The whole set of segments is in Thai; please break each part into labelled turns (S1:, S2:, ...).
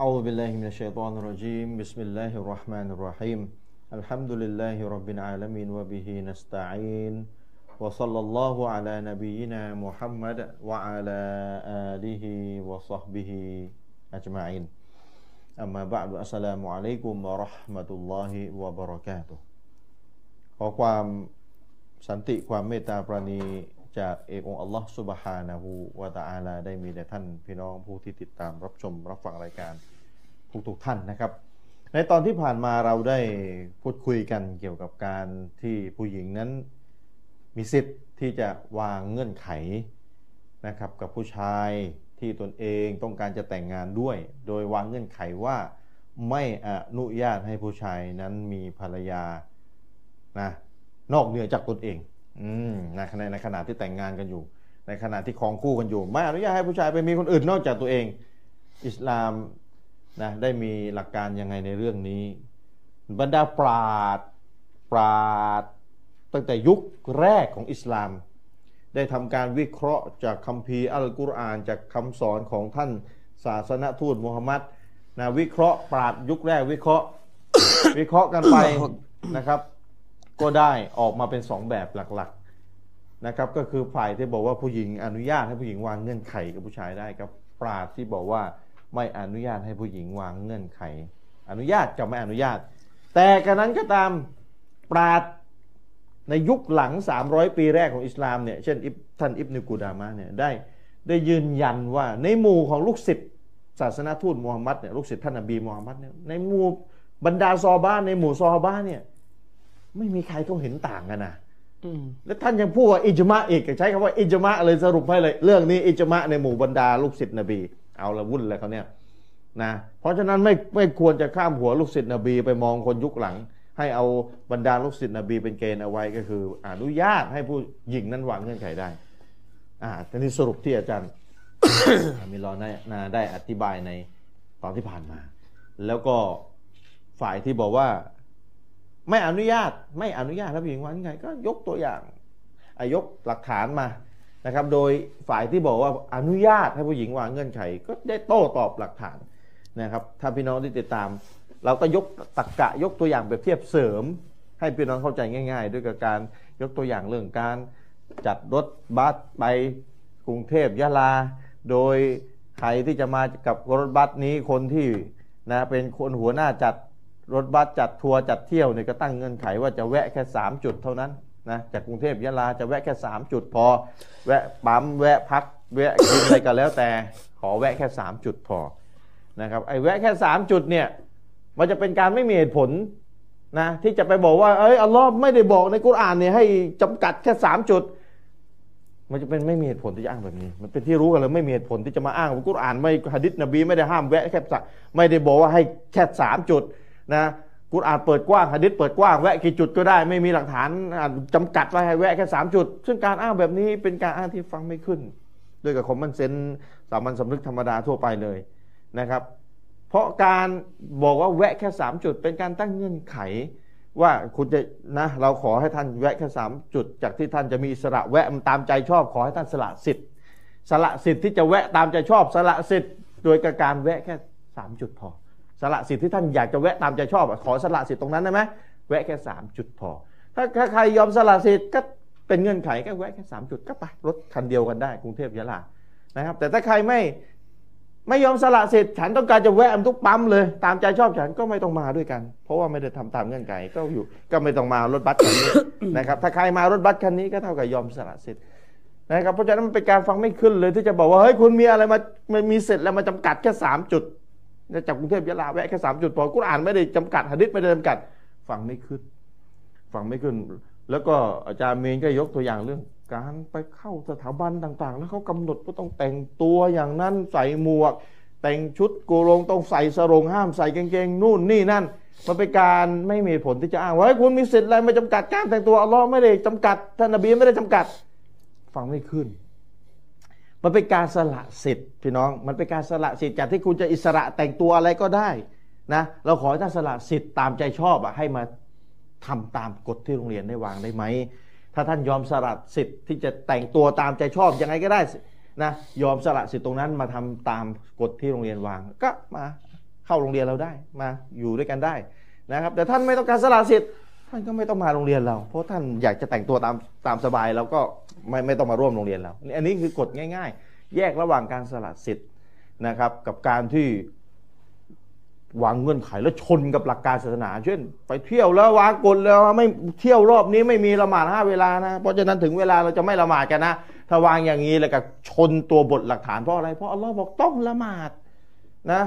S1: أعوذ بالله من الشيطان الرجيم بسم الله الرحمن الرحيم الحمد لله رب العالمين وبه نستعين وصلى الله على نبينا محمد وعلى آله وصحبه أجمعين أما بعد السلام عليكم ورحمة الله وبركاته ขอความสันติความเมตตาปราณีจากเอกองค์อัลลอฮ์สุบฮานะฮูวะตะอาลาได้มีแด่ท่านพี่น้องผู้ที่ติดตามรับชมรับฟังรายการทุกๆท่านนะครับ ในตอนที่ผ่านมาเราได้พูดคุยกันเกี่ยวกับการที่ผู้หญิงนั้น มีสิทธิ์ที่จะวางเงื่อนไขนะครับกับผู้ชายที่ตนเองต้องการจะแต่งงานด้วย โดยวางเงื่อนไขว่าไม่อนุญาตให้ผู้ชายนั้นมีภรรยานะนอกเหนือจากตนเองอืมนะในในขณะที่แต่งงานกันอยู่ ในขณะที่ครองคู่กันอยู่ ไม่อนุญาตให้ผู้ชายไปมีคนอื่นนอกจากตัวเอง อิสลามนะได้มีหลักการยังไงในเรื่องนี้ บรรดาปราดปราดตั้งแต่ยุคแรกของอิสลาม ได้ทำการวิเคราะห์จากคัมภีร์อัลกุรอาน จากคำสอนของท่านศาสนทูตมูฮัมมัดนะวิเคราะห์ปราดยุคแรกวิเคราะห์ วิเคราะห์กันไปนะครับ ก็ได้ออกมาเป็นสองแบบหลักๆนะครับ ก็คือฝ่ายที่บอกว่าผู้หญิงอนุญาตให้ผู้หญิงวางเงื่อนไขกับผู้ชายได้ครับ ปราดที่บอกว่าไม่อนุญาตให้ผู้หญิงวางเงื่อนไข อนุญาตกับไม่อนุญาต แต่กระนั้นก็ตามปราด ในยุคหลัง 300 ปีแรกของอิสลามเนี่ย เช่นอิบท่านอิบนุกูดามะเนี่ยได้ได้ยืนยันว่าในหมู่ของลูกศิษย์ศาสนาทูตมูฮัมมัดเนี่ยลูกศิษย์ท่านนบีมูฮัมมัดเนี่ยในหมู่บรรดาซอฮาบ้านในหมู่ซอฮาบ้านเนี่ยไม่มีใครเขาเห็นต่างกันนะ
S2: อืม
S1: และท่านยังพูดว่าอิจมะอีกใช้คำว่าอิจมะเลยสรุปให้เลยเรื่องนี้อิจมะในหมู่บรรดาลูกศิษย์นบี เอาละวุ่นเลยเขาเนี่ยนะเพราะฉะนั้นไม่ไม่ควรจะข้ามหัวลูกศิษย์นบีไปมองคนยุคหลัง ให้เอาบรรดาลูกศิษย์นบีเป็นเกณฑ์เอาไว้ก็คือ อนุญาตให้ผู้หญิงนั้นวางเงื่อนไขได้ อ่าทีนี้สรุปที่อาจารย์ อามิรอนได้นาได้อธิบายในตอนที่ผ่านมา แล้วก็ฝ่ายที่บอกว่า ไม่อนุญาตไม่อนุญาตให้ผู้หญิงวางเงื่อนไขก็ยกตัวอย่างอายกหลักฐานมานะครับ โดยฝ่ายที่บอกว่าอนุญาตให้ผู้หญิงวางเงื่อนไข ก็ได้โต้ตอบหลักฐานนะครับ ถ้าพี่น้องที่ติดตาม เราก็ยกตรกกะยกตัวอย่างเปรียบเทียบเสริม ให้พี่น้องเข้าใจง่าย ๆ ด้วยกับการยกตัวอย่างเรื่องการจัดรถบัสไปกรุงเทพยะลา โดยใครที่จะมากับรถบัสนี้คนที่นะเป็นคนหัวหน้าจัดรถบัสจัดทัวร์จัดเที่ยวเนี่ยก็ตั้งเงื่อนไขว่าจะแวะแค่ 3 จุดเท่านั้นนะจากกรุงเทพยะลาจะแวะแค่ 3 จุดพอ แวะปั๊มแวะพักแวะกินอะไรก็แล้วแต่ขอแวะแค่ 3 จุดพอนะครับไอ้แวะแค่ 3 จุดเนี่ย มันจะเป็นการไม่มีเหตุผลนะที่จะไปบอกว่า เอ้ยอัลลอฮ์ไม่ได้บอกในกุรอานเนี่ยให้จำกัดแค่สามจุด มันจะเป็นไม่มีเหตุผลที่จะอ้างแบบนี้ มันเป็นที่รู้กันเลยไม่มีเหตุผลที่จะมาอ้างว่ากุรอานไม่ฮะดิษนบีไม่ได้ห้ามแวะแค่สะไม่ได้บอกว่าให้แค่สามจุดนะกุรอานเปิดกว้างฮะดิษเปิดกว้างแวะกี่จุดก็ได้ไม่มีหลักฐานอ่าจำกัดว่าให้แวะแค่สามจุด ซึ่งการอ้างแบบนี้เป็นการอ้างที่ฟังไม่ขึ้น ด้วยกับคอมมอนเซนส์สามัญสำนึกธรรมดาทั่วไปเลยนะครับ เพราะการบอกว่าแวะแค่ 3 จุด เป็นการตั้งเงื่อนไข ว่าคุณจะนะเราขอให้ท่านแวะแค่ 3 จุด จากที่ท่านจะมีอิสระแวะมันตามใจชอบขอให้ท่านสละสิทธิ์ สละสิทธิ์ที่จะแวะตามใจชอบสละสิทธิ์โดยการแวะแค่ 3 จุดพอ สละสิทธิ์ที่ท่านอยากจะแวะตามใจชอบอะขอสละสิทธิ์ตรงนั้นได้ไหมแวะแค่ 3 จุดพอ ถ้าถ้าใครยอมสละสิทธิ์ก็เป็นเงื่อนไขก็แวะแค่3จุดก็ไปรถคันเดียวกันได้กรุงเทพยะลานะครับ แต่ถ้าใครไม่ ไม่ยอมสละสิทธิ์ฉันต้องการจะแวะทุกปั๊มเลย ตามใจชอบฉันก็ไม่ต้องมาด้วยกัน เพราะว่าไม่ได้ทำตามเงื่อนไขก็อยู่ ก็ไม่ต้องมารถบัสคันนี้ นะครับ ถ้าใครมารถบัสคันนี้ก็เท่ากับยอมสละสิทธิ์นะครับเพราะฉะนั้นมันเป็นการฟังไม่ขึ้นเลยที่จะบอกว่าเฮ้ยคุณมีอะไรมามันมีสิทธิ์แล้วมาจำกัดแค่สามจุดแล้วจากกรุงเทพยะลาแวะแค่สามจุดพอกุรอานไม่ได้จำกัดหะดิษไม่ได้จำกัดฟังไม่ขึ้น ฟังไม่ขึ้น แล้วก็อาจารย์เมนก็ยกตัวอย่างเรื่อง การไปเข้าสถาบันต่าง ๆ แล้วเขากำหนดว่าต้องแต่งตัวอย่างนั้นใส่หมวก แต่งชุดโกโรงต้องใส่สรงห้ามใส่กางเกงนู่นนี่นั่น มันเป็นการไม่มีเหตุผลที่จะอ้างว่าเฮ้ยคุณมีสิทธิ์อะไรมาจำกัดการแต่งตัวอัลลอฮ์ไม่ได้จำกัดท่านนบีไม่ได้จำกัด ฟังไม่ขึ้น มันเป็นการสละสิทธิ์พี่น้อง มันเป็นการสละสิทธิ์จากที่คุณจะอิสระแต่งตัวอะไรก็ได้นะเราขอให้ท่านสละสิทธิ์ตามใจชอบอะให้มา ทำตามกฎที่โรงเรียนได้วางได้ไหม ถ้าท่านยอมสละสิทธิ์ที่จะแต่งตัวตามใจชอบยังไงก็ได้สินะ ยอมสละสิทธิ์ตรงนั้นมาทำตามกฎที่โรงเรียนวาง ก็มา เข้าโรงเรียนเราได้มาอยู่ด้วยกันได้นะครับ แต่ท่านไม่ต้องการสละสิทธิ์ท่านก็ไม่ต้องมาโรงเรียนเรา เพราะท่านอยากจะแต่งตัวตามตามสบายเราก็ไม่ไม่ต้องมาร่วมโรงเรียนเราอันนี้คือกฎง่าย ๆ แยกระหว่างการสละสิทธิ์นะครับกับการที่ วางเงื่อนไขแล้วชนกับหลักการศาสนา เช่น ไปเที่ยวแล้ววางกฎแล้วว่าไม่เที่ยวรอบนี้ไม่มีละหมาดห้าเวลานะเพราะฉะนั้นถึงเวลาเราจะไม่ละหมาดกันนะถ้าวางอย่างนี้แล้วก็ชนตัวบทหลักฐานเพราะอะไรเพราะอัลลอฮ์บอกต้องละหมาดนะ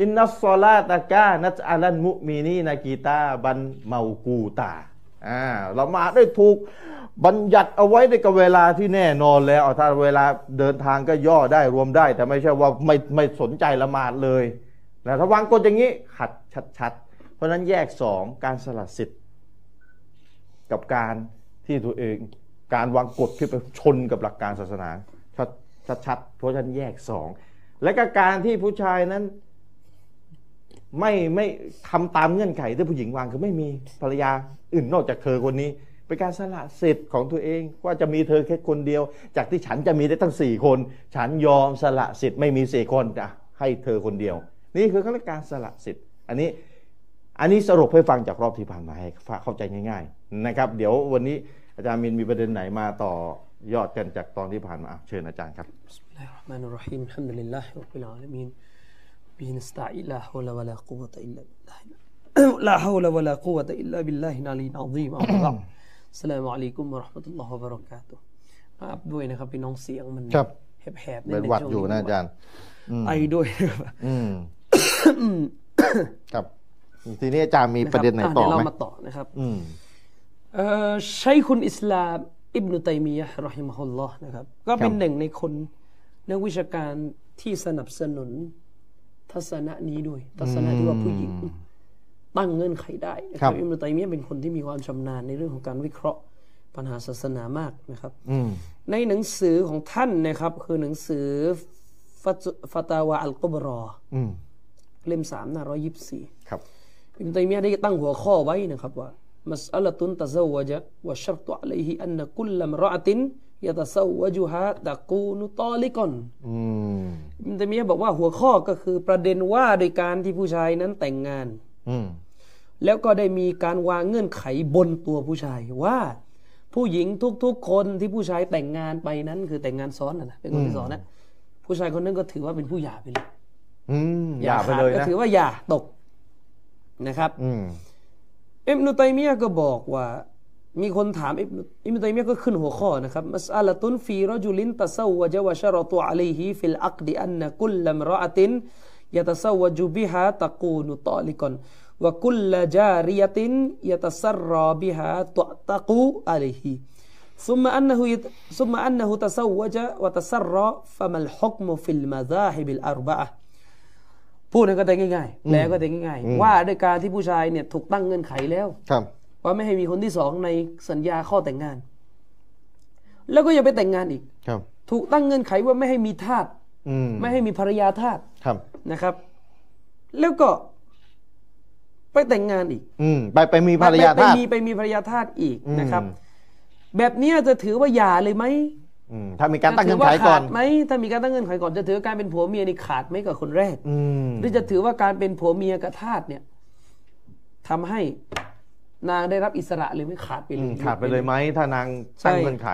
S1: อินนัสซอลาตะกานัจอาลันมุมินีนากีตาบันเมากูตาอ่าละหมาดได้ถูกบัญญัติเอาไว้ในกับเวลาที่แน่นอนแล้วเอาถ้าเวลาเดินทางก็ย่อได้รวมได้ แต่ไม่ใช่ว่าไม่ไม่สนใจละหมาดเลย นะถ้าวางกฎอย่างนี้ขัดชัดๆ เพราะฉะนั้นแยกสองการสละสิทธิ์ กับการที่ตัวเองการวางกฎที่ไปชนกับหลักการศาสนาชัดชัดๆเพราะฉะนั้นแยกสองและก็การที่ผู้ชายนั้น ไม่ไม่ทำตามเงื่อนไขที่ผู้หญิงวางคือไม่มีภรรยาอื่นนอกจากเธอคนนี้ เป็นการสละสิทธิ์ของตัวเองว่าจะมีเธอแค่คนเดียว จากที่ฉันจะมีได้ตั้งสี่คน ฉันยอมสละสิทธิ์ไม่มีสี่คนอ่ะให้เธอคนเดียว นี่คือเขาเรียกการสละสิทธิ์ อันนี้ อันนี้สรุปให้ฟังจากรอบที่ผ่านมาให้เข้าใจง่าย ๆ นะครับ เดี๋ยววันนี้อาจารย์มินมีประเด็นไหนมาต่อยอดกันจากตอนที่ผ่านมาอ่ะเชิญอาจารย์ครับ
S2: بسم الله الرحمن الرحيم الحمد لله رب العالمين به نستعين لا حول ولا قوة إلا بالله لا حول ولا قوة إلا بالله العلي العظيم أما بعد السلام عليكم ورحمة الله وبركاته มาอัพด้วยนะครับพี่น้องเสียงมัน
S1: ครับ
S2: แหบๆ
S1: เป็นหวัดอยู่นะอาจารย์
S2: ไอด้วยนะครับ
S1: อืมครับ ทีนี้อาจารย์มีประเด็นไหนต่อ
S2: เดี๋ยวเรา
S1: ไหม
S2: มาต่อนะครับ
S1: อืม
S2: เอ่อชัยคุณอิสลามอิบนุตัยมียะห์รอฮิมะฮุลลอฮ์นะครับ ก็เป็น
S1: ครับ
S2: หนึ่งในคนนักวิชาการที่สนับสนุนทัศนะนี้ด้วย ทัศนะที่ว่าผู้หญิงตั้งเงื่อนไขได้นะครับอิบนุตัยมียะห์เป็นคนที่มีความชำนาญในเรื่องของการวิเคราะห์ปัญหาศาสนามากนะครับ
S1: อืม
S2: ในหนังสือของท่านนะครับ คือหนังสือฟัตฟตาวาอัลกุบรอ
S1: อืม
S2: เล่มสามหน้าร้อยยิบสี่
S1: ครับ
S2: อิบนุตัยมียะห์ได้ตั้งหัวข้อไว้นะครับว่ามัสอัลตุนตะซาวจะวะชัรตุอะลัยฮิอันนะกุลลัมรออะตินยะตะซาวจุฮาตะกูนุตอลิกอน
S1: อืม
S2: อิบนุตัยมียะห์บอกว่าหัวข้อก็คือประเด็นว่าโดยการที่ผู้ชายนั้นแต่งงาน
S1: อืม
S2: แล้วก็ได้มีการวางเงื่อนไขบนตัวผู้ชายว่า ผู้หญิงทุกๆ คนที่ผู้ชายแต่งงานไปนั้น คือแต่งงานซ้อนนะนะเป็นคนที่ซ้อนนะผู้ชายคนนั้นก็ถือว่าเป็นผู้หย่าไปเลย
S1: อืม อย่าไป
S2: ขาด
S1: เลย
S2: ก็
S1: นะ
S2: ถือว่าหย่าตกนะครับ
S1: อืม
S2: อิบนุตัยมียะห์ก็บอกว่า มีคนถามอิบนุอิบนุตัยมียะห์ก็ขึ้นหัวข้อนะครับมัสอาละตุนฟีรจุลินตะซาวะจวะชะรอตุอะลัยฮิฟิลอักดิอันนะกุลลัมรออะตินยะตะซาวะจุบิฮาตะกูนุตอลิกอนวะกุลลจาริยะตินยะตะซัรรอบิฮาตุอตะกูอะลัยฮิ ثم أنه يت... ثم أنه تزوج وتسرى فما الحكم في المذاهب الأربعة พูดนั้นก็ได้ง่ายๆแปลก็ได้ง่ายๆ ว่าด้วยการที่ผู้ชายเนี่ยถูกตั้งเงื่อนไขแล้ว
S1: ครับ
S2: ว่าไม่ให้มีคนที่สองในสัญญาข้อแต่งงาน แล้วก็ยังไปแต่งงานอีก
S1: ครับ
S2: ถูกตั้งเงื่อนไขว่าไม่ให้มีทาส
S1: อืม
S2: ไม่ให้มีภรรยาทาส
S1: ครับ
S2: นะครับ แล้วก็ไปแต่งงานอีก
S1: อืม ไปไปมีภรรยา
S2: ไป
S1: ทาส
S2: มีไปมีภรรยาทาสอีกนะครับ
S1: อืม
S2: แบบเนี้ยจะถือว่าหย่าเลยไหม
S1: อืม ถ้ามีการตั้งเงื่อนไขก่อน
S2: ถืว่าขาดไหมถ้ามีการตั้งเงื่อนไขก่อนจะถือว่าการเป็นผัวเมียนี่ขาดไหมกับคนแรก
S1: อืม
S2: หรือจะถือว่าการเป็นผัวเมียกับทาสเนี่ยทำให้นางได้รับอิสระหรือไม่ขาดไป
S1: อื
S2: เล
S1: ม
S2: ย
S1: ขาดไปเลยไหมถ้านางตั้งเงื่อนไข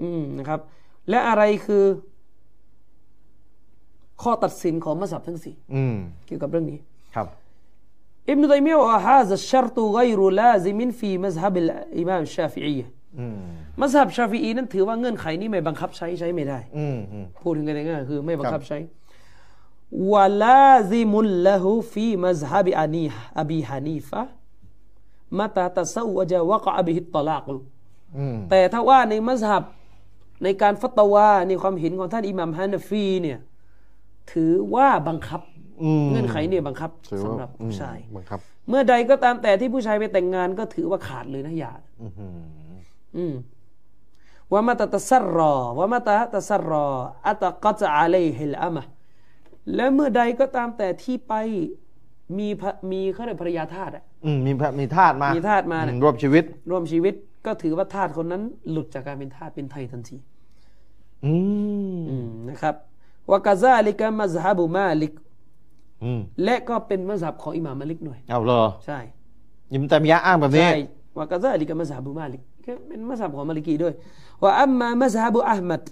S2: อืมนะครับ และอะไรคือ ข้อตัดสินของมัสยิดทั้งสี่
S1: อืม
S2: เกี่ยวกับเรื่องนี้
S1: ครับ
S2: อิบนุตัยมียะห์บอกว่าฮาซะชรตุไกรุลาซิมินฟีมัซฮับอิมามชาฟิอียะห์
S1: อืม
S2: มัซฮับชาฟิอีนั้นถือว่าเงื่อนไขนี้ไม่บังคับใช้ใช้ไม่ได้
S1: อืมอืม
S2: พูดถึงกันง่ายๆคือไม่บัง
S1: ครั
S2: คับบ ใช้วะลาซิมุลละหูฟีมัซฮับอานีอบีฮานีฟะมะตาตะซาวะจะวะกะอะบิฮิตตะลากุ
S1: อืม
S2: แต่ถ้าว่าในมัสฮับในการฟัตวาในความเห็นของท่านอิหมัมฮานาฟีเนี่ยถือว่าบังคับ
S1: อืม
S2: เงื่อนไขเนี่ยบังคับ
S1: ถือ
S2: สำ
S1: ว่า
S2: หรับผู้ชาย
S1: อืมบังคับ
S2: เมื่อใดก็ตามแต่ที่ผู้ชายไปแต่งงานก็ถือว่าขาดเลยนะหย่า
S1: อืม
S2: อืมว่ามาตาตะซัรรอว่ามาตาตะซัรรออัตะกัจอะเลฮิลอามะและเมื่อใดก็ตามแต่ที่ไปมีพระมีเขาเรียกภรรยาทาสอะ
S1: อืมมีพระมีทาสมามี
S2: ทาสมาเนี่ย
S1: รวบชีวิต
S2: ร่วมชีวิตก็ถือว่าทาสคนนั้นหลุดจากการเป็นทาสเป็นไทยทันที
S1: อืม
S2: อืมนะครับวกาซาลิกามัซฮับุมาลิก
S1: อืม
S2: และก็เป็นมัสฮับของอิหม่ามมาลิกด้วย
S1: เอาเหรอ
S2: ใช่
S1: ยิมตามิยะห์อ้างแบบนี้
S2: ใช่วากาซาลิกะมัสฮับมาลิกก็เป็นมัสฮับของมาลิกีด้วยว่าอัมมามัสฮับอัลมัด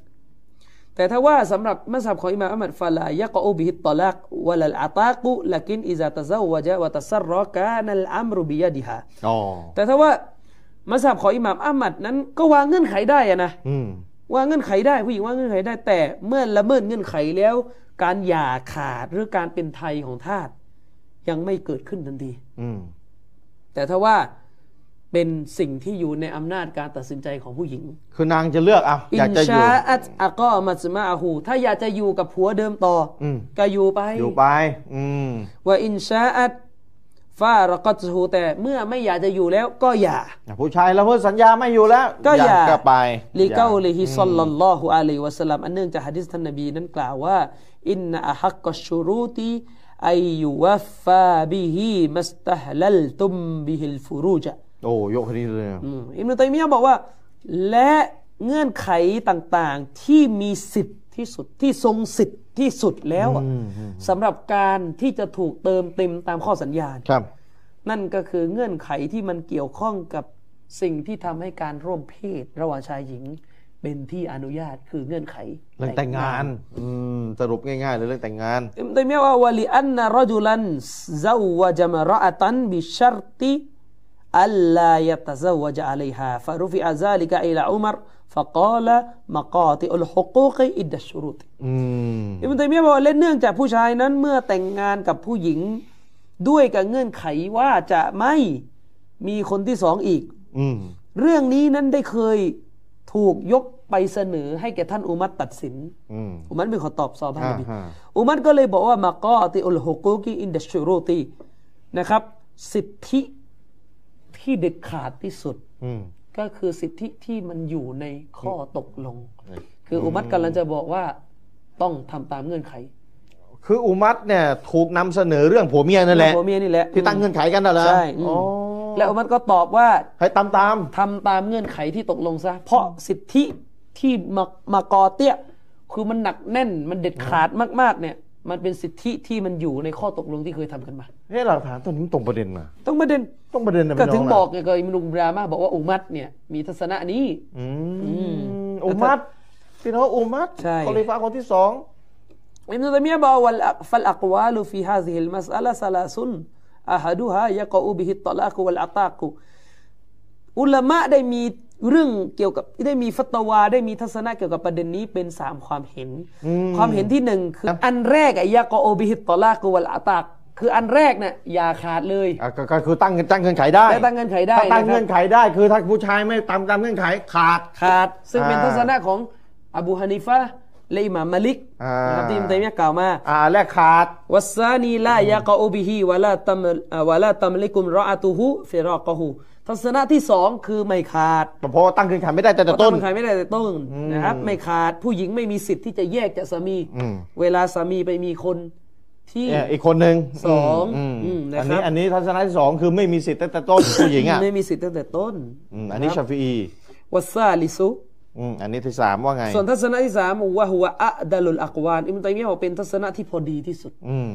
S2: แต่ถ้าว่าสำหรับมัสฮับของอิหม่ามอัลมัดฟะลายะกอบิฮิตตอลักวะลัลอาตากุลักินอิซาตะซาวะจะวะตัสซัรรอกานัลอัมรุบิยะดิฮา
S1: อ๋อ
S2: แต่ถ้าว่ามัสฮับของอิหม่ามอัลมัดนั้นก็วางเงื่อนไขได้อะนะ
S1: อืม
S2: ว่าเงื่อนไขได้ผู้หญิงว่าเงื่อนไขได้แต่เมื่อละเมิดเงื่อนไขแล้ว การหย่าขาดหรือการเป็นไทยของทาสยังไม่เกิดขึ้นทันที
S1: อืม
S2: แต่ถ้าว่าเป็นสิ่งที่อยู่ในอำนาจการตัดสินใจของผู้หญิง
S1: คือนางจะเลือกเอา
S2: อิ
S1: อยาก
S2: น
S1: จะอยู่
S2: ชาอัตอะก็มัสมาอาหูถ้าอยากจะอยู่กับผัวเดิมต่ออ
S1: อืม
S2: ก็อยู่ไป
S1: อยู่ไป อืม
S2: ว่าอินชาอัตฟาระกัตฮูแต่เมื่อไม่อยากจะอยู่แล้วก็อย่า
S1: ผู้ชายละเมิดสัญญาไม่อยู่แล้ว
S2: ก็อย่า
S1: กก็ไป
S2: ลิเกา
S1: อย่า
S2: ลิฮิซัลลัลลอฮุอะลัยฮิวะสัลลัมอันเนื่องจากฮะดิษท่านนบีนั้นกล่าวว่าอินนะอะฮักกัชชูรูติไอยุวัฟฟาบิฮิมัสตะฮลัลตุมบิฮิลฟูรูจะ
S1: โอ้ยกคดีเลย
S2: อืมอิมนุตัยมียะห์บอกว่า และเงื่อนไขต่างๆที่มีสิทธิ์ที่สุดที่ทรงสิทธิ์ที่สุดแล้วอะสำหรับการที่จะถูกเติมเต็มตามข้อสัญญาณ
S1: ครับ
S2: นั่นก็คือเงื่อนไขที่มันเกี่ยวข้องกับสิ่งที่ทำให้การร่วมเพศระหว่างชายหญิง เป็นที่อนุญาตคือเงื่อนไข
S1: เรื่องแต่งงาน อืม สรุปง่ายๆเลยเรื่องแต่งงาน
S2: อิมตัยมียะห์ว่าวะลิอันนะรอจุลันซาวะจมะรอะตันบิชัรติอัลลายะตะซาวะจะอะลัยฮาฟะรุฟิอะซาลิกะอิลาอุมัรฟะกาละมะกาติอุลฮุกูกอิดดะชรุต
S1: อืม
S2: อิบนุตัยมียะห์บอกว่าและเนื่องจากผู้ชายนั้นเมื่อแต่งงานกับผู้หญิง ด้วยกับเงื่อนไขว่าจะไม่มีคนที่สองอีก
S1: อืม
S2: เรื่องนี้นั้นได้เคยถูกยกไปเสนอให้แก่ท่านอุมัตตัดสิน
S1: อืม
S2: อุมัตเป็นคนตอบซอฮาบะฮ์นบี
S1: อ่าฮะ
S2: อุมัตก็เลยบอกว่ามากอติอุลฮุกูกีอินดัชชูรูตีนะครับ สิทธิที่เด็ดขาดที่สุด
S1: อืม
S2: ก็คือสิทธิที่มันอยู่ในข้อตกลง คืออุมัตกำลังจะบอกว่าต้องทำตามเงื่อนไข
S1: คืออุมัตเนี่ยถูกนำเสนอเรื่องผัวเมียนั่นแหละ
S2: ผัวเมียนี่แหละ
S1: ที่ตั้งเงื่อนไขกันน่ะเหรอ
S2: ใช่อืม
S1: อ๋อ
S2: แล้วอุมัรก็ตอบว่า
S1: ให้ตามตาม
S2: ทำตามเงื่อนไขที่ตกลงซะ เพราะสิทธิที่มามากอเตี้ยคือมันหนักแน่นมันเด็ดขาดมาก ๆ เนี่ย มันเป็นสิทธิที่มันอยู่ในข้อตกลงที่เคยทำกันมา
S1: ๆเฮ้หลักฐานตัวนี้มันตรงประเด็นมา
S2: ต้องประเด็น
S1: ตรงประเด็นนะ
S2: ก็
S1: พี่น้
S2: ถึง
S1: นะ
S2: บอกไงก็อิมรุมบรามาบอกว่าอุมัตเนี่ยมีทัศนะนี้
S1: อืมอุมัตพี่น้องอุมัต
S2: ใช่
S1: คอลิฟ้าคนที่สอง
S2: ابن تيمية بقى وال- فالأقوال في هذه المسألة ثلاث أحدها يقع به الطلاق والعتاق อุลามะได้มีเรื่องเกี่ยวกับได้มีฟัตวาได้มีทัศนะเกี่ยวกับประเด็นนี้เป็นสามความเห็น
S1: อืม
S2: ความเห็นที่หนึ่งคืออันแรกอะยะกอบิฮิตตอลากุวัลอาตากคืออันแรกเนี่ยอย่าขาดเลย
S1: อ่ะก็ก็คือตั้งตั้งเงื่อนไขได้
S2: ได้ตั้งเงื่อนไขได้
S1: ถ้าตั้ง
S2: นะครั
S1: เงื่
S2: บ
S1: อนไขได้ คือถ้าผู้ชายไม่ตามตามเงื่อนไขขาด
S2: ขาด ซึ่งเป็น
S1: อ่า
S2: ทัศนะของอบูฮานิฟะห์และอิหม่ามมาลิก
S1: อ่าน
S2: นะครับที่อิมามตัยมียะห์กล่าวมา
S1: อ่าและขาด
S2: والثاني لا يقع به ولا تمل ولا تملك امرأته فراقه ทัศนะที่สองคือไม่ขาด
S1: แต่พอตั้งเงื่อนไขไม่ได้แต่แต่ต้น
S2: มัขายไม่ได้แต่ต้นนะครับไม่ขาดผู้หญิงไม่มีสิทธิ์ที่จะแยกจากสามี
S1: อืม
S2: เวลาสามีไปมีคนที่
S1: เนี่ยอีกคนหนึ่ง
S2: สอง
S1: ม
S2: อืมนะ
S1: อัน
S2: ครั
S1: นี้
S2: บ
S1: อันนี้ทัศนะที่สองคือไม่มีสิทธิ์แต่แต่ ต้นผู้หญิงอ่ะ
S2: ไม่มีสิทธิ์ตั้งแต่ต้น
S1: อืมอันนี้ชาฟอี
S2: วัสซาลิซุ
S1: อืมอันนี้ที่สามว่าไง
S2: ส่วนทัศนะที่สามว่าหัวอะดัลุลอักวานอิมตัยมียะห์บอกเป็นทัศนะที่พอดีที่สุด
S1: อืม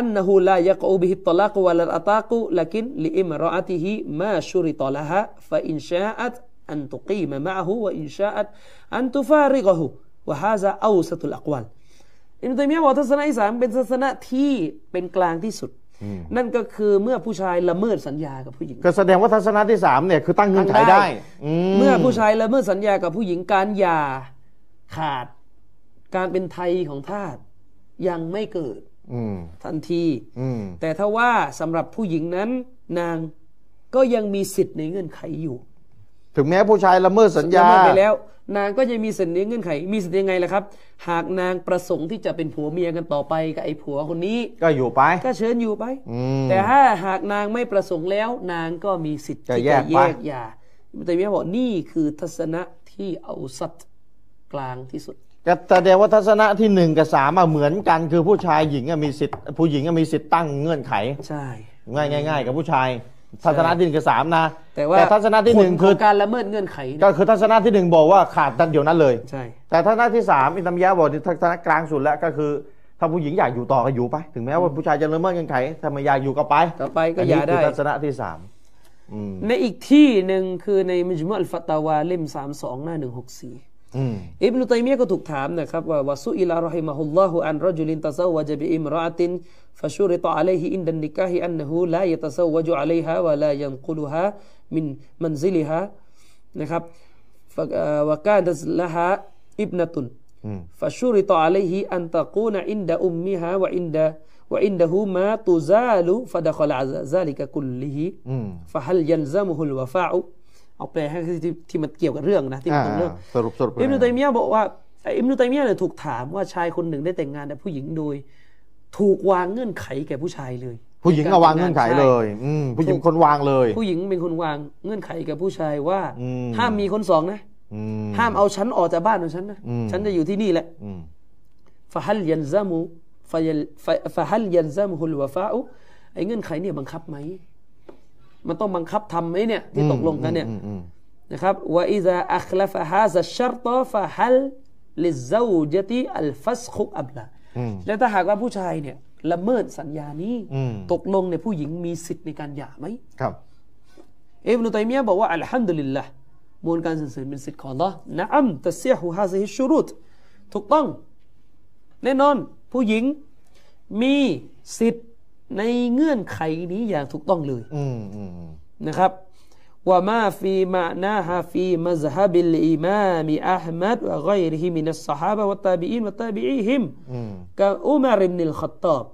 S2: أنه لا يقع به الطلاق ولا الأطاق لكن لامرأته ما شرط لها فإن شاءت أن تقيم معه وإن شاءت أن تفارقه وهذا أوسط الأقوال อิมตัยมียะห์บอกทัศนะที่สามเป็นทัศนะที่เป็นกลางที่สุด นั่นก็คือเมื่อผู้ชายละเมิดสัญญากับผู้หญิง
S1: ก็แสดงว่าทัศนะที่สามเนี่ยคือตั้งเงื่อนไข
S2: ตั้งได้
S1: ได้อืม
S2: เมื่อผู้ชายละเมิดสัญญากับผู้หญิงการหย่าขาด การเป็นไทยของทาสยังไม่เกิด
S1: อืม
S2: ทันที
S1: อืม
S2: แต่ถ้าว่าสำหรับผู้หญิงนั้นนางก็ยังมีสิทธิ์ในเงื่อนไขอยู่
S1: ถึงแม้ผู้ชายละเมิดสัญญา
S2: ละเมิดไปแล้ว นางก็ยังมีสิทธิ์ในเงื่อนไข มีสิทธิ์ยังไงล่ะครับ หากนางประสงค์ที่จะเป็นผัวเมียกันต่อไปกับไอ้ผัวคนนี้
S1: ก็อยู่ไป
S2: ก็เชิญอยู่ไป
S1: อืม
S2: แต่ถ้าหากนางไม่ประสงค์แล้ว นางก็มีสิทธิ์
S1: จะ
S2: ที่
S1: แย
S2: จะ
S1: ก
S2: แย
S1: ไป
S2: กหย่าแต่เมียะห์บอกนี่คือทัศนะที่เอาสัตว์กลางที่สุด
S1: ก็แสดงว่าทัศนะที่หนึ่งกับสามอะเหมือนกันคือผู้ชายหญิงอะมีสิทธิ์ผู้หญิงอะมีสิทธิ์ตั้งเงื่อนไข
S2: ใช่
S1: ง่ายๆง่ายๆกับผู้ชาย ทัศนะที่หนึ่งกับสามนะ
S2: แต่ว่า
S1: ทัศนะที่หนึ่ง
S2: ผลข
S1: คือ
S2: การละเมิดเงื่อนไขเนี่ย
S1: ก็คือทัศนะที่หนึ่งบอกว่าขาดทันเดียวนั้นเลย
S2: ใช่
S1: แต่ทัศนะที่สามอินทามยะบอกทัศนะกลางสุดแล้วก็คือ ถ้าผู้หญิงอยากอยู่ต่อก็อยู่ไป ถึงแม้ว่าผู้ชายจะเลิกเมื่อกันไขถ้าไม่อยากอยู่ก็ไป
S2: ต่อไปก็อย่า
S1: คื
S2: ได้
S1: ทัศนะที่สามอืม
S2: ในอีกที่หนึ่งคือในมิจมุอัลฟัตาวาเล่ม 32 หน้า 164
S1: อืม
S2: อิบนุตัยมียะก็ถูกถามนะครับว่าวะซุอิลารอฮิมะฮุลลอฮุอันรจุลินตะซาววะจะบิอิมรออะตินฟะชุริตะอะลัยฮิอินดันนิกาฮิอันนะฮูลายะตะซาววะจุอะลัยฮาวะลายันกุลุฮามินมันซิลิฮานะครับฟะเอ่อวะกานัสละฮาอิบนะตุน
S1: อืม
S2: ฟะชุริตะอะลัยฮิอันตะกูนอินดะอุมมิฮาวะอินดะวะอินดะฮูมาตุซาลุฟะดะขะลอะซาลิกะกุลลิฮิ
S1: อืม
S2: فهل يلزمه الوفاء เอาแปลให้ที่ที่มันเกี่ยวกับเรื่องนะที่มันตรงเรื่อง
S1: อ่าสรุปสรุปเป็น
S2: อิมนุ
S1: ไง
S2: ตัยมียะห์บอกว่าไอ้อิมนุตัยมียะห์เนี่ยถูกถามว่าชายคนหนึ่งได้แต่งงานกับผู้หญิงโดย ถูกวางเงื่อนไขแก่ผู้ชายเลย
S1: ผู้หญิงก็วางเงื่อนไขเลย อืมผู้หญิงคนวางเลย
S2: ใช่ผู้หญิงเป็นคนวางเงื่อนไขแก่ผู้ชายว่า
S1: อืม
S2: ห้ามมีคนสองนะ
S1: อืม
S2: ห้ามเอาฉันออกจากบ้านของฉันนะ
S1: อืม
S2: ฉันจะอยู่ที่นี่แหละ
S1: อืม
S2: فهل يلزم فيل- ف- فهل يلزمه الوفاء ไอ้เงื่อนไขเนี่ยบังคับไหมมันต้องบังคับทำไหมเนี่ยที่ตกลงกันเนี่ย
S1: อืมอืม
S2: นะครับว่าอิซาอัคลฟะฮาซัชชัรตฟะฮัลลิซาวจติอัลฟัสคุอับลา
S1: อืม
S2: และถ้าหากว่าผู้ชายเนี่ยละเมิดสัญญานี้
S1: อืม
S2: ตกลงเนี่ยผู้หญิงมีสิทธิ์ในการหย่าไหม
S1: ครับ
S2: อิบนุตัยมียะห์บอกว่าอัลฮัมดุลิลละมูลการสรรเสริญเป็นสิทธิ์ของ Allah นะอัมตัสเซียฮูฮาซิฮิชชุรุตถูกต้อง แน่นอนผู้หญิงมีสิทธิ์ในเงื่อนไขนี้อย่างถูกต้องเลย
S1: อืมอืมอืม
S2: นะครับว่ามาฟีมานาฮาฟีมัซฮับิลอิมามอัลมัดวะกอยริฮิมินัสซะฮาบะวะตาบีอินวะตาบีอิฮิม
S1: อืม
S2: กะอุมารอิบนุลขัตตอบ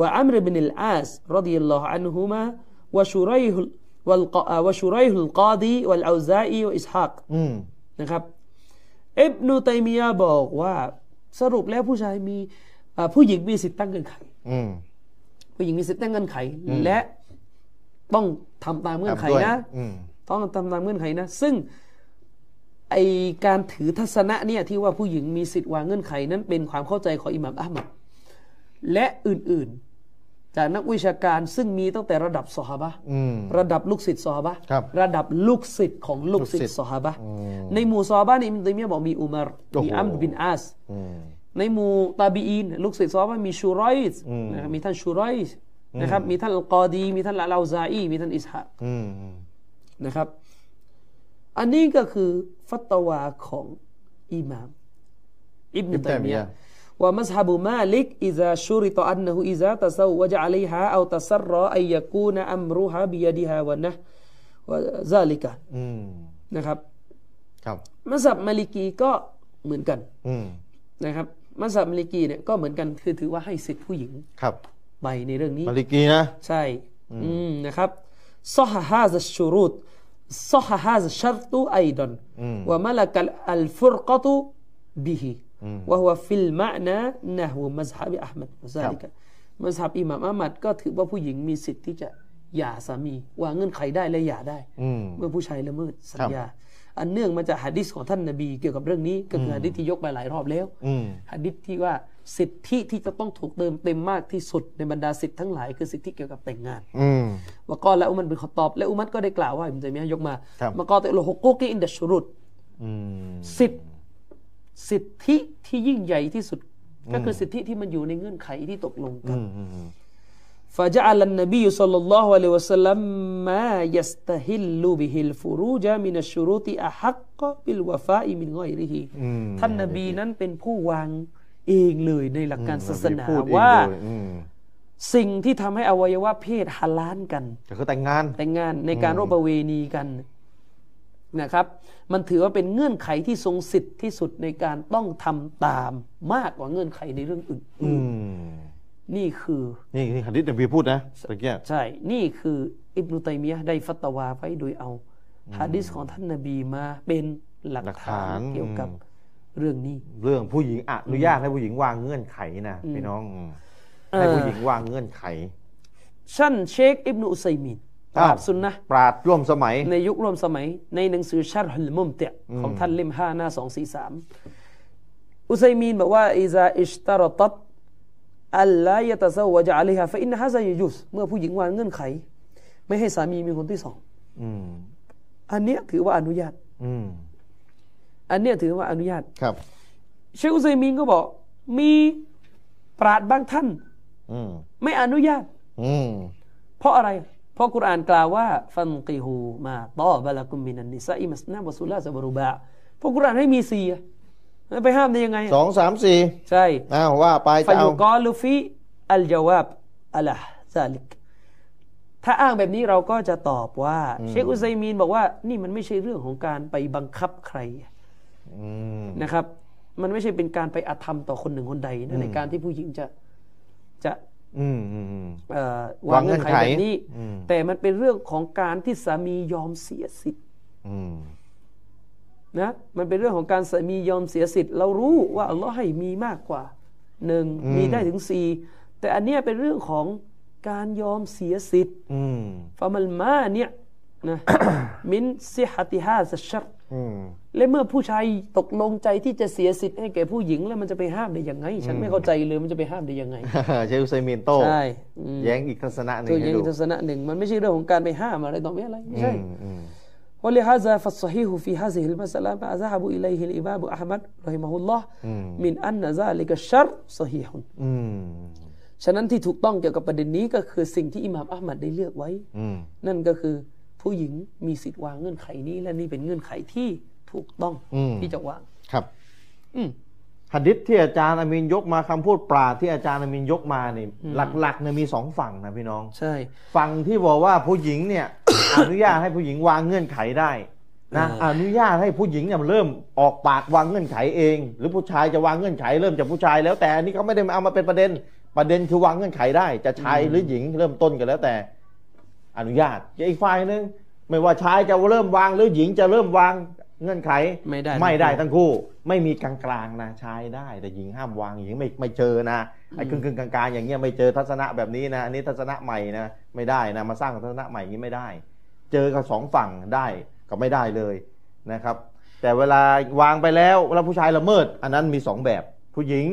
S2: วะอัมรอิบนุลอาสรดิยัลลอฮุอันฮุมาวะชุรัยฮุลวะลกะวะชุรัยฮุลกอดีวะลอาซาอีวะอิสฮาก
S1: อืม
S2: นะครับอิบนุตัยมียะห์บอกว่าสรุปแล้วผู้ชายมีเอ่อผู้หญิงมีสิทธิ์ตั้งเงื่อนไข
S1: อืม
S2: ผู้หญิงมีสิทธิ์ตั้งเงื่อนไขและต้องทำตามเงื่อนไข
S1: ด้วย
S2: นะ
S1: อืม
S2: ต้องทำตามเงื่อนไขนะ ซึ่งไอการถือทัศนะเนี่ยที่ว่าผู้หญิงมีสิทธิ์วางเงื่อนไขนั้นเป็นความเข้าใจของอิหม่ามอัลมัดและอื่นๆ จากนักวิชาการซึ่งมีตั้งแต่ระดับสหบะห์
S1: อืม
S2: ระดับลูกศิษย์สหบะห์
S1: ครับ
S2: ระดับลูกศิษย์ของลูกศิษ
S1: ลูกศิษย์
S2: ย์สหบะห์ในหมู่สหบะห์เนี่ยอิมตัยมียะห์บอกมีอุมาร
S1: โอ้โห
S2: มีอัมรบินอาส
S1: อืม
S2: ในหมู่ตาบีอินลูกศิษย์ซอฮาบะห์มีชูรอยส์นะครับมีท่านชูรอยส์นะครับมีท่านอัลกอดี มีท่านละลาซาอีมีท่านอิสฮะก
S1: อืมอืม
S2: นะครับ อันนี้ก็คือฟัตวาของอิหม่าม อิบนุ
S1: อิบนุตั
S2: ตั
S1: ย
S2: ย
S1: มี
S2: มี
S1: ยะ
S2: ยะ
S1: ห์
S2: ห์ว่ามัซฮับุมาลิกอิซาชูริตอันนะฮูอิซาตะซาวะจอะลัยฮาเอาตะซัรรออัยยะกูนะอัมรุฮาบิยะดิฮาวะนะห์วะซาลิกะ
S1: อืม
S2: นะครับ
S1: ครับ
S2: มัซฮับมาลิกีก็เหมือนกัน
S1: อืม
S2: นะครับ มัซฮับมาลิกีเนี่ยก็เหมือนกันคือถือว่าให้สิทธิผู้หญิง
S1: ครับ
S2: ไปในเรื่องนี้
S1: มาลิกีนะ
S2: ใช่ อืม นะครับซอฮาฮาซชูรุตซอฮาฮาซชัรตุไอดอนว่ามาลกัลอัลฟุรกตุบิฮิวะฮุวฟิลมะนะนะฮุมัซฮับอัลมัดซาลิกะมัซฮับอิหม่ามอัลมัดก็ถือว่าผู้หญิงมีสิทธิ์ที่จะหย่าสามีวางเงื่อนไขได้และหย่าได้
S1: อืม
S2: เมื่อผู้ชายละเมิดสัญญา อันเนื่องมาจากหะดิษของท่านนบีเกี่ยวกับเรื่องนี้ก็คือหะดิษที่ยกไปหลายรอบแล้ว
S1: อืม
S2: ฮะดิษที่ว่าสิทธิที่จะต้องถูกเติมเต็มมากที่สุดในบรรดาสิทธิทั้งหลายคือสิทธิเกี่ยวกับแต่งงาน
S1: อืม
S2: วะกอและอุมัรเป็นขอตอบ และอุมัรก็ได้กล่าวว่าอิมตัยมียะห์ยกมา
S1: ครับ
S2: มะกอตะอุลฮุกุกีอินดัชชุรุต
S1: อืม
S2: สิทธิสิทธิที่ยิ่งใหญ่ที่สุด ก็คือสิทธิที่มันอยู่ในเงื่อนไขที่ตกลงกัน
S1: อืมอืมอืม
S2: فجعل النبي صلى الله عليه وسلم ما يستهل به الفروج من الشروط أحق بالوفاء من غيره
S1: อืม
S2: ท่านนบีนั้นเป็นผู้วางเองเลยในหลักการศาสนา
S1: พูดเอง
S2: ว่า
S1: เลยอืม
S2: สิ่งที่ทำให้อวัยวะเพศฮาลานกัน
S1: แต่คือแต่งงาน
S2: แต่งงานในการร่วมประเวณีกันนะครับ มันถือว่าเป็นเงื่อนไขที่ทรงสิทธิ์ที่สุดในการต้องทำตามมากกว่าเงื่อนไขในเรื่องอื่น
S1: อืม
S2: นี่คือ
S1: นี่นี่หะดิษนบีพูดนะตะเกียบ
S2: ใช่ นี่คืออิบนุตัยมียะห์ได้ฟัตวาไว้โดยเอาฮะดิษของท่านนาบีมาเป็นหลักฐานเกี่ยวกับเรื่องนี้
S1: เรื่องผู้หญิงอนุญาตให้ผู้หญิงวางเงื่อนไขนะพี่น้องอืม
S2: เอ่อ
S1: ให้ผู้หญิงวางเงื่อนไข
S2: ชั่นเชคอิบนุอุไซมินป
S1: อ้าว
S2: ราบซุนนะห์
S1: ปราดร่วมสมัย
S2: ในยุคร่วมสมัย ในหนังสือชัรฮุลมุมเตะของท่านเล่มห้าหน้าสองสี่สามอุไซมีนบอกว่าอิซาอิชตารตัตอัลลายะตะซาวะจะอะลัยฮาฟะอินนะฮะซายุยุสเมื่อผู้หญิงวางเงื่อนไข ไม่ให้สามีมีคนที่สอง
S1: อืม
S2: อันเนี้ยถือว่าอนุญาต
S1: อืม
S2: อันเนี้ยถือว่าอนุญาต
S1: ครับ
S2: เชคอุซัยมีนก็บอกมี ปราดบางท่าน
S1: อืม
S2: ไม่อนุญาต
S1: อืม
S2: เพราะอะไร เพราะกุรอานกล่าวว่า ฟันกิฮูมาตอบะละกุมมินันนิซาอิมัสนาบสุลาสบรุบะเพราะกุรอานให้มีสี่อะแล้วไปห้ามได้ยังไงอะ
S1: สองสามสี่
S2: ใช่
S1: อ้าวว่าไป
S2: ฟา
S1: จะเอา
S2: ยุกอลูฟิอัลจาวาบอัลฮ์ซาลิก ถ้าอ้างแบบนี้เราก็จะตอบว่า เชคอุซัยมีนบอกว่า นี่มันไม่ใช่เรื่องของการไปบังคับใคร
S1: อืม
S2: นะครับ มันไม่ใช่เป็นการไปอาธรรมต่อคนหนึ่งคนใดนะในการที่ผู้หญิงจะจะ
S1: อืมอืมอืม
S2: เอ่อ
S1: วาว
S2: าง ง
S1: เงื่อ
S2: เงื่อน น
S1: ไข
S2: ไขแบบนี้
S1: อืม
S2: แต่มันเป็นเรื่องของการที่สามียอมเสียสิทธิ์
S1: อืม
S2: นะมันเป็นเรื่องของการสามียอมเสียสิทธิ์ เรารู้ว่าอัลลอฮ์ให้มีมากกว่าหนึ่งมีได้ถึงสี่แต่อันเนี้ยเป็นเรื่องของการยอมเสียสิทธิ์
S1: อืม
S2: ฟามัลมาเนี่ยนะ มินซิฮัติฮาสชัร
S1: อืม
S2: และเมื่อผู้ชายตกลงใจที่จะเสียสิทธิ์ให้แก่ผู้หญิงแล้วมันจะไปห้ามได้ยังไง ฉันไม่เข้าใจเลยมันจะไปห้ามได้ยังไง
S1: เชคอุซัยมินโต้
S2: ใช่อืม
S1: แย้งอีกทัศนะหนึ่
S2: ตั
S1: ง
S2: วอ
S1: ให้
S2: ย่าง
S1: ดู
S2: อีกทัศนะหนึ่งมันไม่ใช่เรื่องของการไปห้ามอะไรต่อไม่อะไรไม่ใช่
S1: อืมอืม
S2: ولهذا فالصحيح في هذه المسألة ما ذهب إليه الإمام أحمد رحمه الله
S1: อืม
S2: من أن ذلك الشر صحيح
S1: อืม
S2: ฉะนั้นที่ถูกต้องเกี่ยวกับประเด็นนี้ก็คือสิ่งที่อิหม่ามอัลมัดได้เลือกไว้
S1: อืม
S2: นั่นก็คือผู้หญิงมีสิทธิ์วางเงื่อนไขนี้ และนี่เป็นเงื่อนไขที่ถูกต้อง
S1: อืม
S2: ที่จะวาง
S1: ครับ
S2: อืม
S1: หัดดิษที่อาจารย์อามินยกมาคำพูดปราดที่อาจารย์อามินยกมานี่หลักๆเนี่ยมีสองฝั่งนะพี่น้อง
S2: ใช่
S1: ฝั่งที่บอกว่าผู้หญิงเนี่ย อนุญาตให้ผู้หญิงวางเงื่อนไขได้นะ
S2: อ่า
S1: อนุญาตให้ผู้หญิงเนี่ยเริ่มออกปากวางเงื่อนไขเอง หรือผู้ชายจะวางเงื่อนไข เริ่มจากผู้ชายแล้วแต่อันนี้เขาไม่ได้เอามาเป็นประเด็น ประเด็นคือวางเงื่อนไขได้ จะชายหรือหญิงเริ่มต้นกันแล้วแต่ อนุญาตอีกฝ่ายหนึงไม่ว่าชายจะเริ่มวางหรือหญิงจะเริ่มวางเงื่อนไข
S2: ไม่ได้
S1: ไม่ได้ทั้งคู่ ไม่มีกลางกลางๆนะชายได้ แต่หญิงห้ามวางหญิงไม่ไม่เจอนะไอ้ครึ่งๆกลางกลางๆอย่างเงี้ยไม่เจอทัศนะแบบนี้นะอันนี้ทัศนะใหม่นะไม่ได้นะมาสร้างทัศนะใหม่อย่างนี้ไม่ได้ เจอกับสองฝั่งได้กับไม่ได้เลยนะครับ แต่เวลาวางไปแล้วเวลาผู้ชายละเมิด อันนั้นมีสองแบบ ผู้หญิง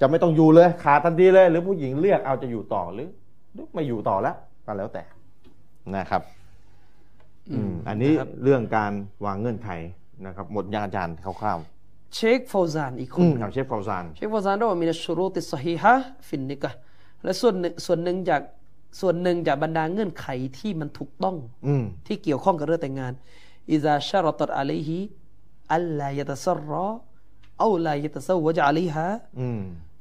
S1: จะไม่ต้องอยู่เลยขาดทันทีเลย หรือผู้หญิงเลือกเอาจะอยู่ต่อหรือหรือไม่อยู่ต่อแล้วก็แล้วแต่ นะครับ อืม อันนี้
S2: ครับ
S1: เรื่องการวางเงื่อนไขนะครับ หมดยางอาจารย์คร่าว
S2: เชคโฟซานอีก
S1: ๆ
S2: ค
S1: อื
S2: น
S1: มเอาเชฟกาวซาน
S2: เชคโฟซานเรียกว่ามีชรูติสฮีฮะฟินนิกะห์และส่วนหนึ่งส่วนหนึ่งจากส่วนหนึ่งจากบรรดาเงื่อนไขที่มันถูกต้อง
S1: อืม
S2: ที่เกี่ยวข้องกับเรื่องแต่งงานอิซาชารตัดอะลัยฮิอัลลายะตัสรรอเอาลายะตัสวะจอะลัยฮะ
S1: อืม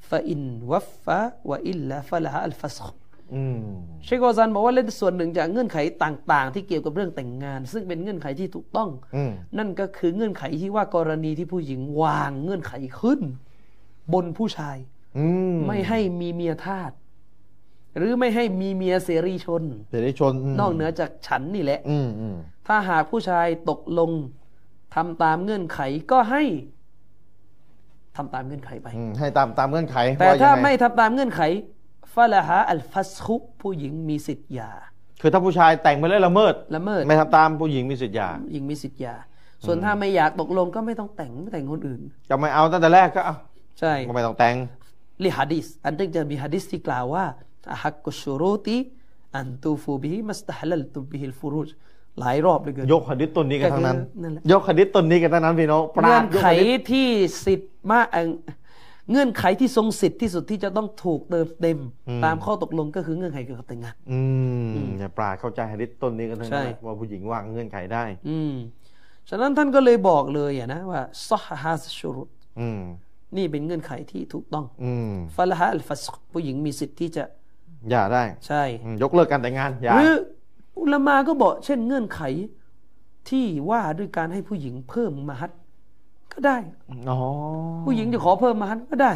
S2: ฟะอินวัฟฟะวะอิลลาฟะละฮะอัลฟัสข
S1: อืม
S2: เชคโฟซานบอกว่าและส่วนหนึ่งจากเงื่อนไขต่าง ๆ ที่เกี่ยวกับเรื่องแต่งงาน ซึ่งเป็นเงื่อนไขที่ถูกต้อง
S1: อืม
S2: นั่นก็คือเงื่อนไขที่ว่ากรณีที่ผู้หญิงวางเงื่อนไขขึ้น บนผู้ชาย
S1: อืม
S2: ไม่ให้มีเมียทาสหรือไม่ให้มีเมียเสรีชน
S1: เสรีชน
S2: นอกเหนือจากฉันนี่แหละ
S1: อืม อืม
S2: ถ้าหากผู้ชายตกลงทำตามเงื่อนไขก็ให้ทำตามเงื่อนไขไป
S1: อืม ให้ตามตามเงื่อนไข
S2: แต่
S1: ว่ยังง
S2: ถ้าไม่ทำตามเงื่อนไขฟาละฮะอัลฟัสคุผู้หญิงมีสิทธิ์หย่า
S1: คือถ้าผู้ชายแต่งไปแล้วละเมิด
S2: ละเมิด
S1: ไม่ทำตามผู้หญิงมีสิทธิ์หย่า
S2: ผู้หญิงมีสิทธิ์หย่าส่วนถ้าไม่อยากตกลงก็ไม่ต้องแต่งไม่แต่งคนอื่น
S1: จะไม่เอาตั้งแต่แรกก็เอา
S2: ใช่
S1: ก็ไม่ต้องแต่ง
S2: ลิฮะดิษอันที่จะมีฮะดิษที่กล่าวว่าอะฮักกุชรูติอันตูฟูบิฮิมัสตะฮลัลตุบิฮิลฟูรุจหลายรอบเหลยเกิน
S1: ยกหะดิษต้นนี้กันทั้งนั้น
S2: ก็คือนั่นแหละ
S1: ยกหะดิษต้นนี้กันทั้งนั้นพี่น้องปรา
S2: เงื่
S1: ด
S2: อน
S1: ยก
S2: ไข
S1: หะดิษ
S2: ที่สิทธิ์มากเอ่อเงื่อนไขที่ทรงสิทธิ์ที่สุดที่จะต้องถูกเติมเต็ม ตามข้อตกลงก็คือเงื่อนไขเกี่ยวกับแต่งงาน
S1: อืมเนี่ยปราดเข้าใจหะดิษต้นนี้กันทั้งนั้น
S2: ใช่
S1: ว่าผู้หญิงวางเงื่อนไขได้
S2: อืมฉะนั้นท่านก็เลยบอกเลยอะนะว่าซอฮฮาสชูรุต
S1: อืม
S2: นี่เป็นเงื่อนไขที่ถูกต้อง
S1: อืม
S2: ฟาละฮะอัลฟัสกผู้หญิงมีสิทธิ์ที่จะ
S1: อย่าได้
S2: ใช่
S1: อืมยกเลิกการแต่งงานอย่า
S2: หรืออุลามาก็บอกเช่นเงื่อนไขที่ว่าด้วยการให้ผู้หญิงเพิ่มมหัดก็ได้
S1: อ๋อ
S2: ผู้หญิงจะขอเพิ่มมหัดก็ได้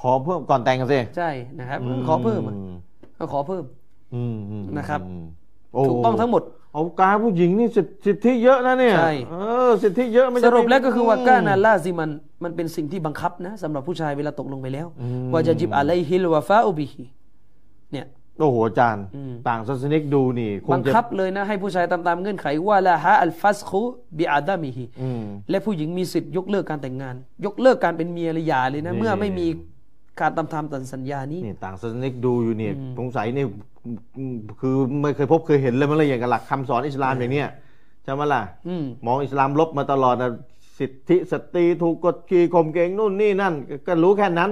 S1: ขอเพิ่มก่อนแต่งกันสิ
S2: ใช่นะครับขอเพิ่มอะ
S1: อื
S2: ก็ขอเพิ่ม
S1: อืมอืม
S2: นะครับ
S1: อืม
S2: ถูกต้องทั้งหมด
S1: เอาการผู้หญิงนี่สิทธิสิทธิเยอะนะเนี่ย
S2: ใช่
S1: เออสิทธิเยอะไม่ใช่
S2: สรุปแล้วก็คือว่า
S1: ไม่
S2: กานาลาซิมันมันเป็นสิ่งที่บังคับนะสำหรับผู้ชายเวลาตกลงไปแล้วว่าจะจิบอะไรฮิลวาฟาอุบิฮิเนี่ย
S1: โอ้โหอาจารย์ ต่างศาสนิกดูนี่ค
S2: บั
S1: ง
S2: ง
S1: จะ
S2: คับเลยนะ ให้ผู้ชายตามตามเงื่อนไขว่าละฮะอัลฟัสคุบิอาดามิฮิ
S1: อืม
S2: และผู้หญิงมีสิทธิ์ยกเลิกการแต่งงาน ยกเลิกการเป็นเมียหรือหย่าเลยนะ
S1: นี่
S2: เมื่อไม่มีการตามตามสัญญานี้
S1: นี่ต่างศาสนิกดูอยู่เนี่ยสงสัยเนี่ยคือไม่เคยพบเคยเห็นเลยมันเลยอย่างกับหลักคำสอนอิสลามอย่างเนี้ยใช่ไหมล่ะ
S2: อืม
S1: มองอิสลามลบมาตลอดนะสิทธิสตรีถูกกดขี่ข่มเกงนู่นนี่นั่น ก็ก็รู้แค่นั้น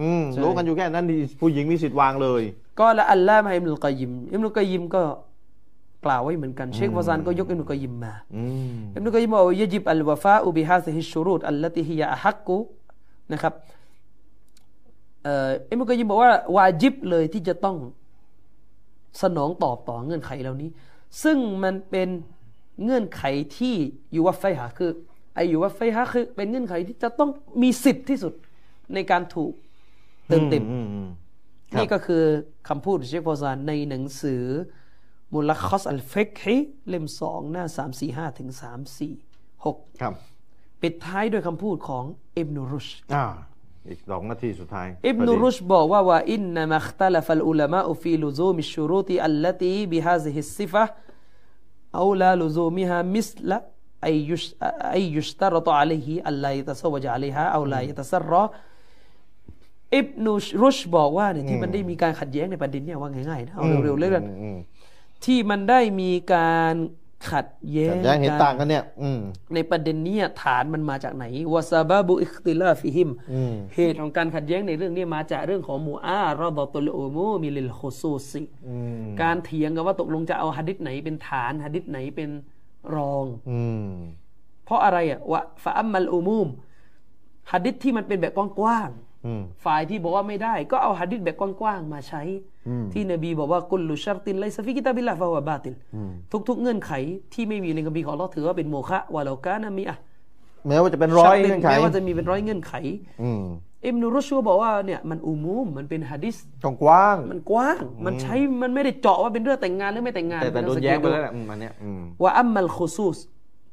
S1: อืม
S2: ใช่
S1: รู้กันอยู่แค่นั้นดีผู้หญิงมีสิทธิ์วางเลย
S2: ก็ละอัลลามให้อิมนุลกอยยิมอิมนุลกอยยิมก็กล่าวไว้เหมือนกันเชคฟาซานก็ยกอิมนุลกอยยิมมา
S1: อืม
S2: อิบนุกอยยิมบอกว่ายจิบอัลวะฟาอุบิฮาซิฮิชชูรูตอัลลติฮิยะอะฮักกุนะครับเอ่ออิบนุกอยยิมบอกว่าวาจิบเลยที่จะต้องสนองตอบต่อเงื่อนไขเหล่านี้ ซึ่งมันเป็นเงื่อนไขที่ยูวัฟไฟฮะคือไอยูวัฟไฟฮะคือเป็นเงื่อนไขที่จะต้องมีสิทธิ์ที่สุดในการถูกเติมเต็ม
S1: อือือืม ครับ
S2: นี่ก็คือคำพูดของเชคโพซานในหนังสือมุลคอสอัลเฟกฮิเล่มสองหน้าสามสี่ห้าถึงสามสี่หก
S1: ครับ
S2: ปิดท้ายด้วยคำพูดของอิบนุรุชด์
S1: อ่า อีกสองนาทีสุดท้าย
S2: อิบนุ
S1: พดี
S2: รุชด์บอกว่าว่าอินนามัคตลฟัลอุลามะอุฟีลุซูมิชชูรุติอัลลตีบิฮาซิฮิสซิฟะเอาลาลุซูมิฮามิสละไอยุชไอยุชตารตออะลัยฮิอัลลายะตะซวะจอะลัยฮาเอาลายะตะซัรรออิบนุรุชด์บอกว่าเนี่ยที่มันได้มีการขัดแย้งในประเด็นเนี่ยว่าง่ายๆนะเอาเร็วๆเลยกัน
S1: อืมอืม
S2: ที่มันได้มีการขัดแย้
S1: ขั
S2: ง
S1: ดแย้งเห็น
S2: กั
S1: ต่างกันเนี่ย อืม
S2: ในประเด็นเนี้ยฐานมันมาจากไหนวาซาบะบุอิคติลาฟิฮิม
S1: อืม
S2: เหตุของการขัดแย้งในเรื่องนี้มาจากเรื่องของมูอารอบตุลโอมูมิลิลโคซูซิ
S1: อืม
S2: การเถียงกันว่าตกลงจะเอาหะดิษไหนเป็นฐานหะดิษไหนเป็นรอง
S1: อืม
S2: เพราะอะไรอ่ะวะฟะอัมมัลอูมูมหะดิษที่มันเป็นแบบกว้างๆ
S1: อืม
S2: ฝ่ายที่บอกว่าไม่ได้ก็เอาหะดิษแบบกว้างๆมาใช้ ที่นบีบอกว่ากุลลุชัรตินไลซะฟิกิตาบิลลาฟะฮุวะบาติลทุก ๆ เงื่อนไขที่ไม่มีในคัมภีร์ของอัลลอฮ์ถือว่าเป็นโมฆะวะลากานะมีอะ
S1: แม้ว่าจะเป็นร้อย
S2: ชัติ
S1: เงื่อนไข
S2: แม้ว่าจะมีเป็นร้อยเงื่อนไข
S1: อืม
S2: อิมนุรุชัวบอกว่าเนี่ยมันอุมูมมันเป็นหะดิษ
S1: ต้องกว้าง
S2: มันกว้าง มันใช้มันไม่ได้เจาะว่าเป็นเรื่องแต่งงานหรือไม่แต่งงาน
S1: แต่แต่โดน
S2: มัเป็
S1: แย้งไป
S2: เรื่อ
S1: แล้ว
S2: ง
S1: แหละอืมอันเนี้ยอืม
S2: ว่าอัมมัลคุซูส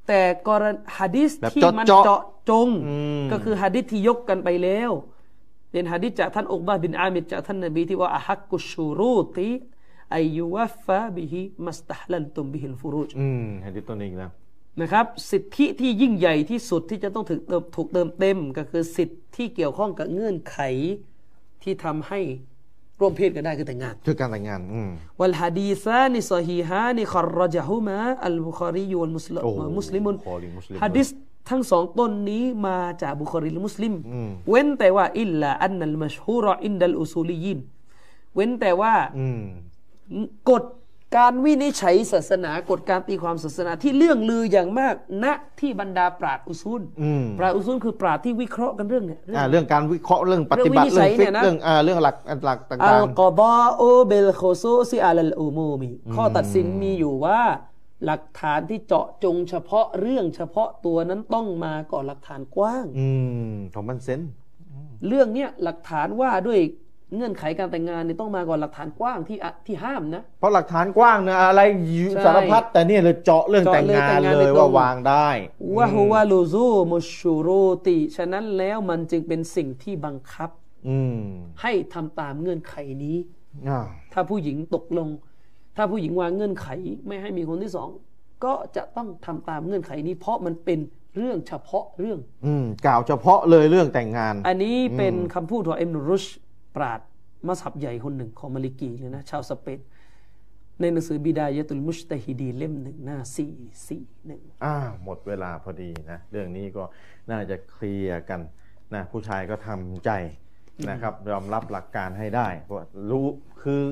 S2: แต่กรณีหะดิษ
S1: แบบ
S2: ที่มัน
S1: เจาะๆ
S2: เจาะจง
S1: อืม
S2: ก็คือหะดิษที่ยกกันไปแล้ว เป็นหะดิษจากท่านอุกบะห์บินอามิดจากท่านนบีที่ว่าอะฮักกุชชูรูติอายุวัฟฟะบิฮิมัสตัฮลันตุมบิฮิลฟูรูจ
S1: อืมเห็นที่ต้นนี้อีกแล้ว
S2: นะครับ สิทธิที่ยิ่งใหญ่ที่สุดที่จะต้องถูกเติมถูกเติมเต็ม ก็คือสิทธิที่เกี่ยวข้องกับเงื่อนไขที่ทำให้ร่วมเพศกันได้คือแต่งงาน
S1: คือการแต่งงาน อืม
S2: วัลฮะดีซานิซอฮีฮานิคอรรจาฮุมาอัลบุคอรีวัลมุสลิม
S1: โอ้โห
S2: มุสลิมุน
S1: บุคอรีมุสลิม
S2: ฮะดิษทั้งสองต้นนี้มาจากบุคอรีและมุสลิม
S1: อืม
S2: เว้นแต่ว่าอิลลาอันนัลมัชฮูรออินดัลอุซูลียินเว้นแต่ว่า
S1: อืม
S2: กฎการวินิจฉัยศาสนากฎการตีความศาสนาที่เรื่องลืออย่างมากณที่บรรดาปราชญ์อุซูล
S1: อืม
S2: ปราชญ์อุซูลคือปราชญ์ที่วิเคราะห์กันเรื่องเนี่ยเรื่อง
S1: อ่าเรื่องการวิเคราะห์เรื่องปฏิบัติเรื่อง ง
S2: เรื่อวินิจฉัยเนี่
S1: ฟิ
S2: ย
S1: ก
S2: นะ
S1: เรื่องอ่าเรื่องหลักหลักต่า
S2: อัล
S1: ง
S2: กอบาอเบลโคซูซิอาลัลอูมูมีข้อตัดสินมีอยู่ว่า หลักฐานที่เจาะจงเฉพาะเรื่องเฉพาะตัวนั้นต้องมาก่อนหลักฐานกว้าง
S1: ๆ อืมของมันเซน
S2: เรื่องเนี้ยหลักฐานว่าด้วยเงื่อนไขการแต่งงานเนี่ยต้องมาก่อนหลักฐานกว้างที่อะที่ห้ามนะ
S1: เพราะหลักฐานกว้างเนี่ยอะไรอยู่
S2: ใช่
S1: สารพัดแต่เนี่ยเลยเจาะเรื่องแต่งงาน
S2: เจาะเรื่องแต่งงาน
S1: เล
S2: เลย
S1: ย
S2: ตร
S1: ว่าง วางได้
S2: วะฮุวาลูซูมุชชูรูติฉะนั้นแล้วมันจึงเป็นสิ่งที่บังคับ
S1: อืม
S2: ให้ทำตามเงื่อนไขนี้
S1: อ่า
S2: ถ้าผู้หญิงตกลง ถ้าผู้หญิงวางเงื่อนไขไม่ให้มีคนที่สอง ก็จะต้องทำตามเงื่อนไขนี้ เพราะมันเป็นเรื่องเฉพาะเรื่อง
S1: อืมกล่าวเฉพาะเลยเรื่องแต่งงาน
S2: อันนี้เป็นคำพูดของเอ็มนุรุชปราดมัสฮับใหญ่คนหนึ่งของมาลิกีเลยนะ ชาวสเปนในหนังสือบิดายะตุลมุชตะฮิดีเล่มหนึ่งหน้าสี่สี่หนึ่ง
S1: อ่าหมดเวลาพอดีนะ เรื่องนี้ก็น่าจะเคลียร์กันนะผู้ชายก็ทำใจนะครับ ยอมรับหลักการให้ได้เพราะรู้คือ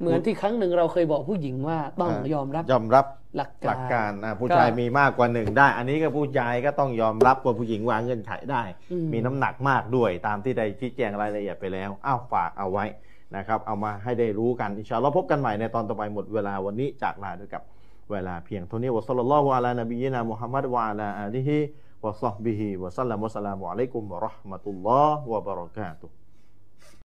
S2: เหมือนที่ครั้งหนึ่งเราเคยบอกผู้หญิงว่าต้องยอมรับ
S1: ยอมรับ
S2: หลัก
S1: ห
S2: การ
S1: ลักการอ่ะผู้ชายมีมากกว่าหนึ่งได้ อันนี้ก็ผู้ชายก็ต้องยอมรับว่าผู้หญิงวางเงื่อนไขได้
S2: อืม
S1: มีน้ำหนักมากด้วยตามที่ได้ชี้แจงรายละเอียดไปแล้วอ้าวฝากเอาไว้นะครับ เอามาให้ได้รู้กันอินชาอัลลอฮ์พบกันใหม่ในตอนต่อไปหมดเวลาวันนี้จากลาด้วยกับ เวลาเพียงเท่านี้วะซัลลัลลอฮุอะลานบียะนามุฮัมมัดวะอะลาอาลิฮิวะซอฮบิฮิวะซัลลัมวะสลามุอะลัยกุมวะเราะห์มะตุลลอฮ์วะบะเราะกาตุฮ์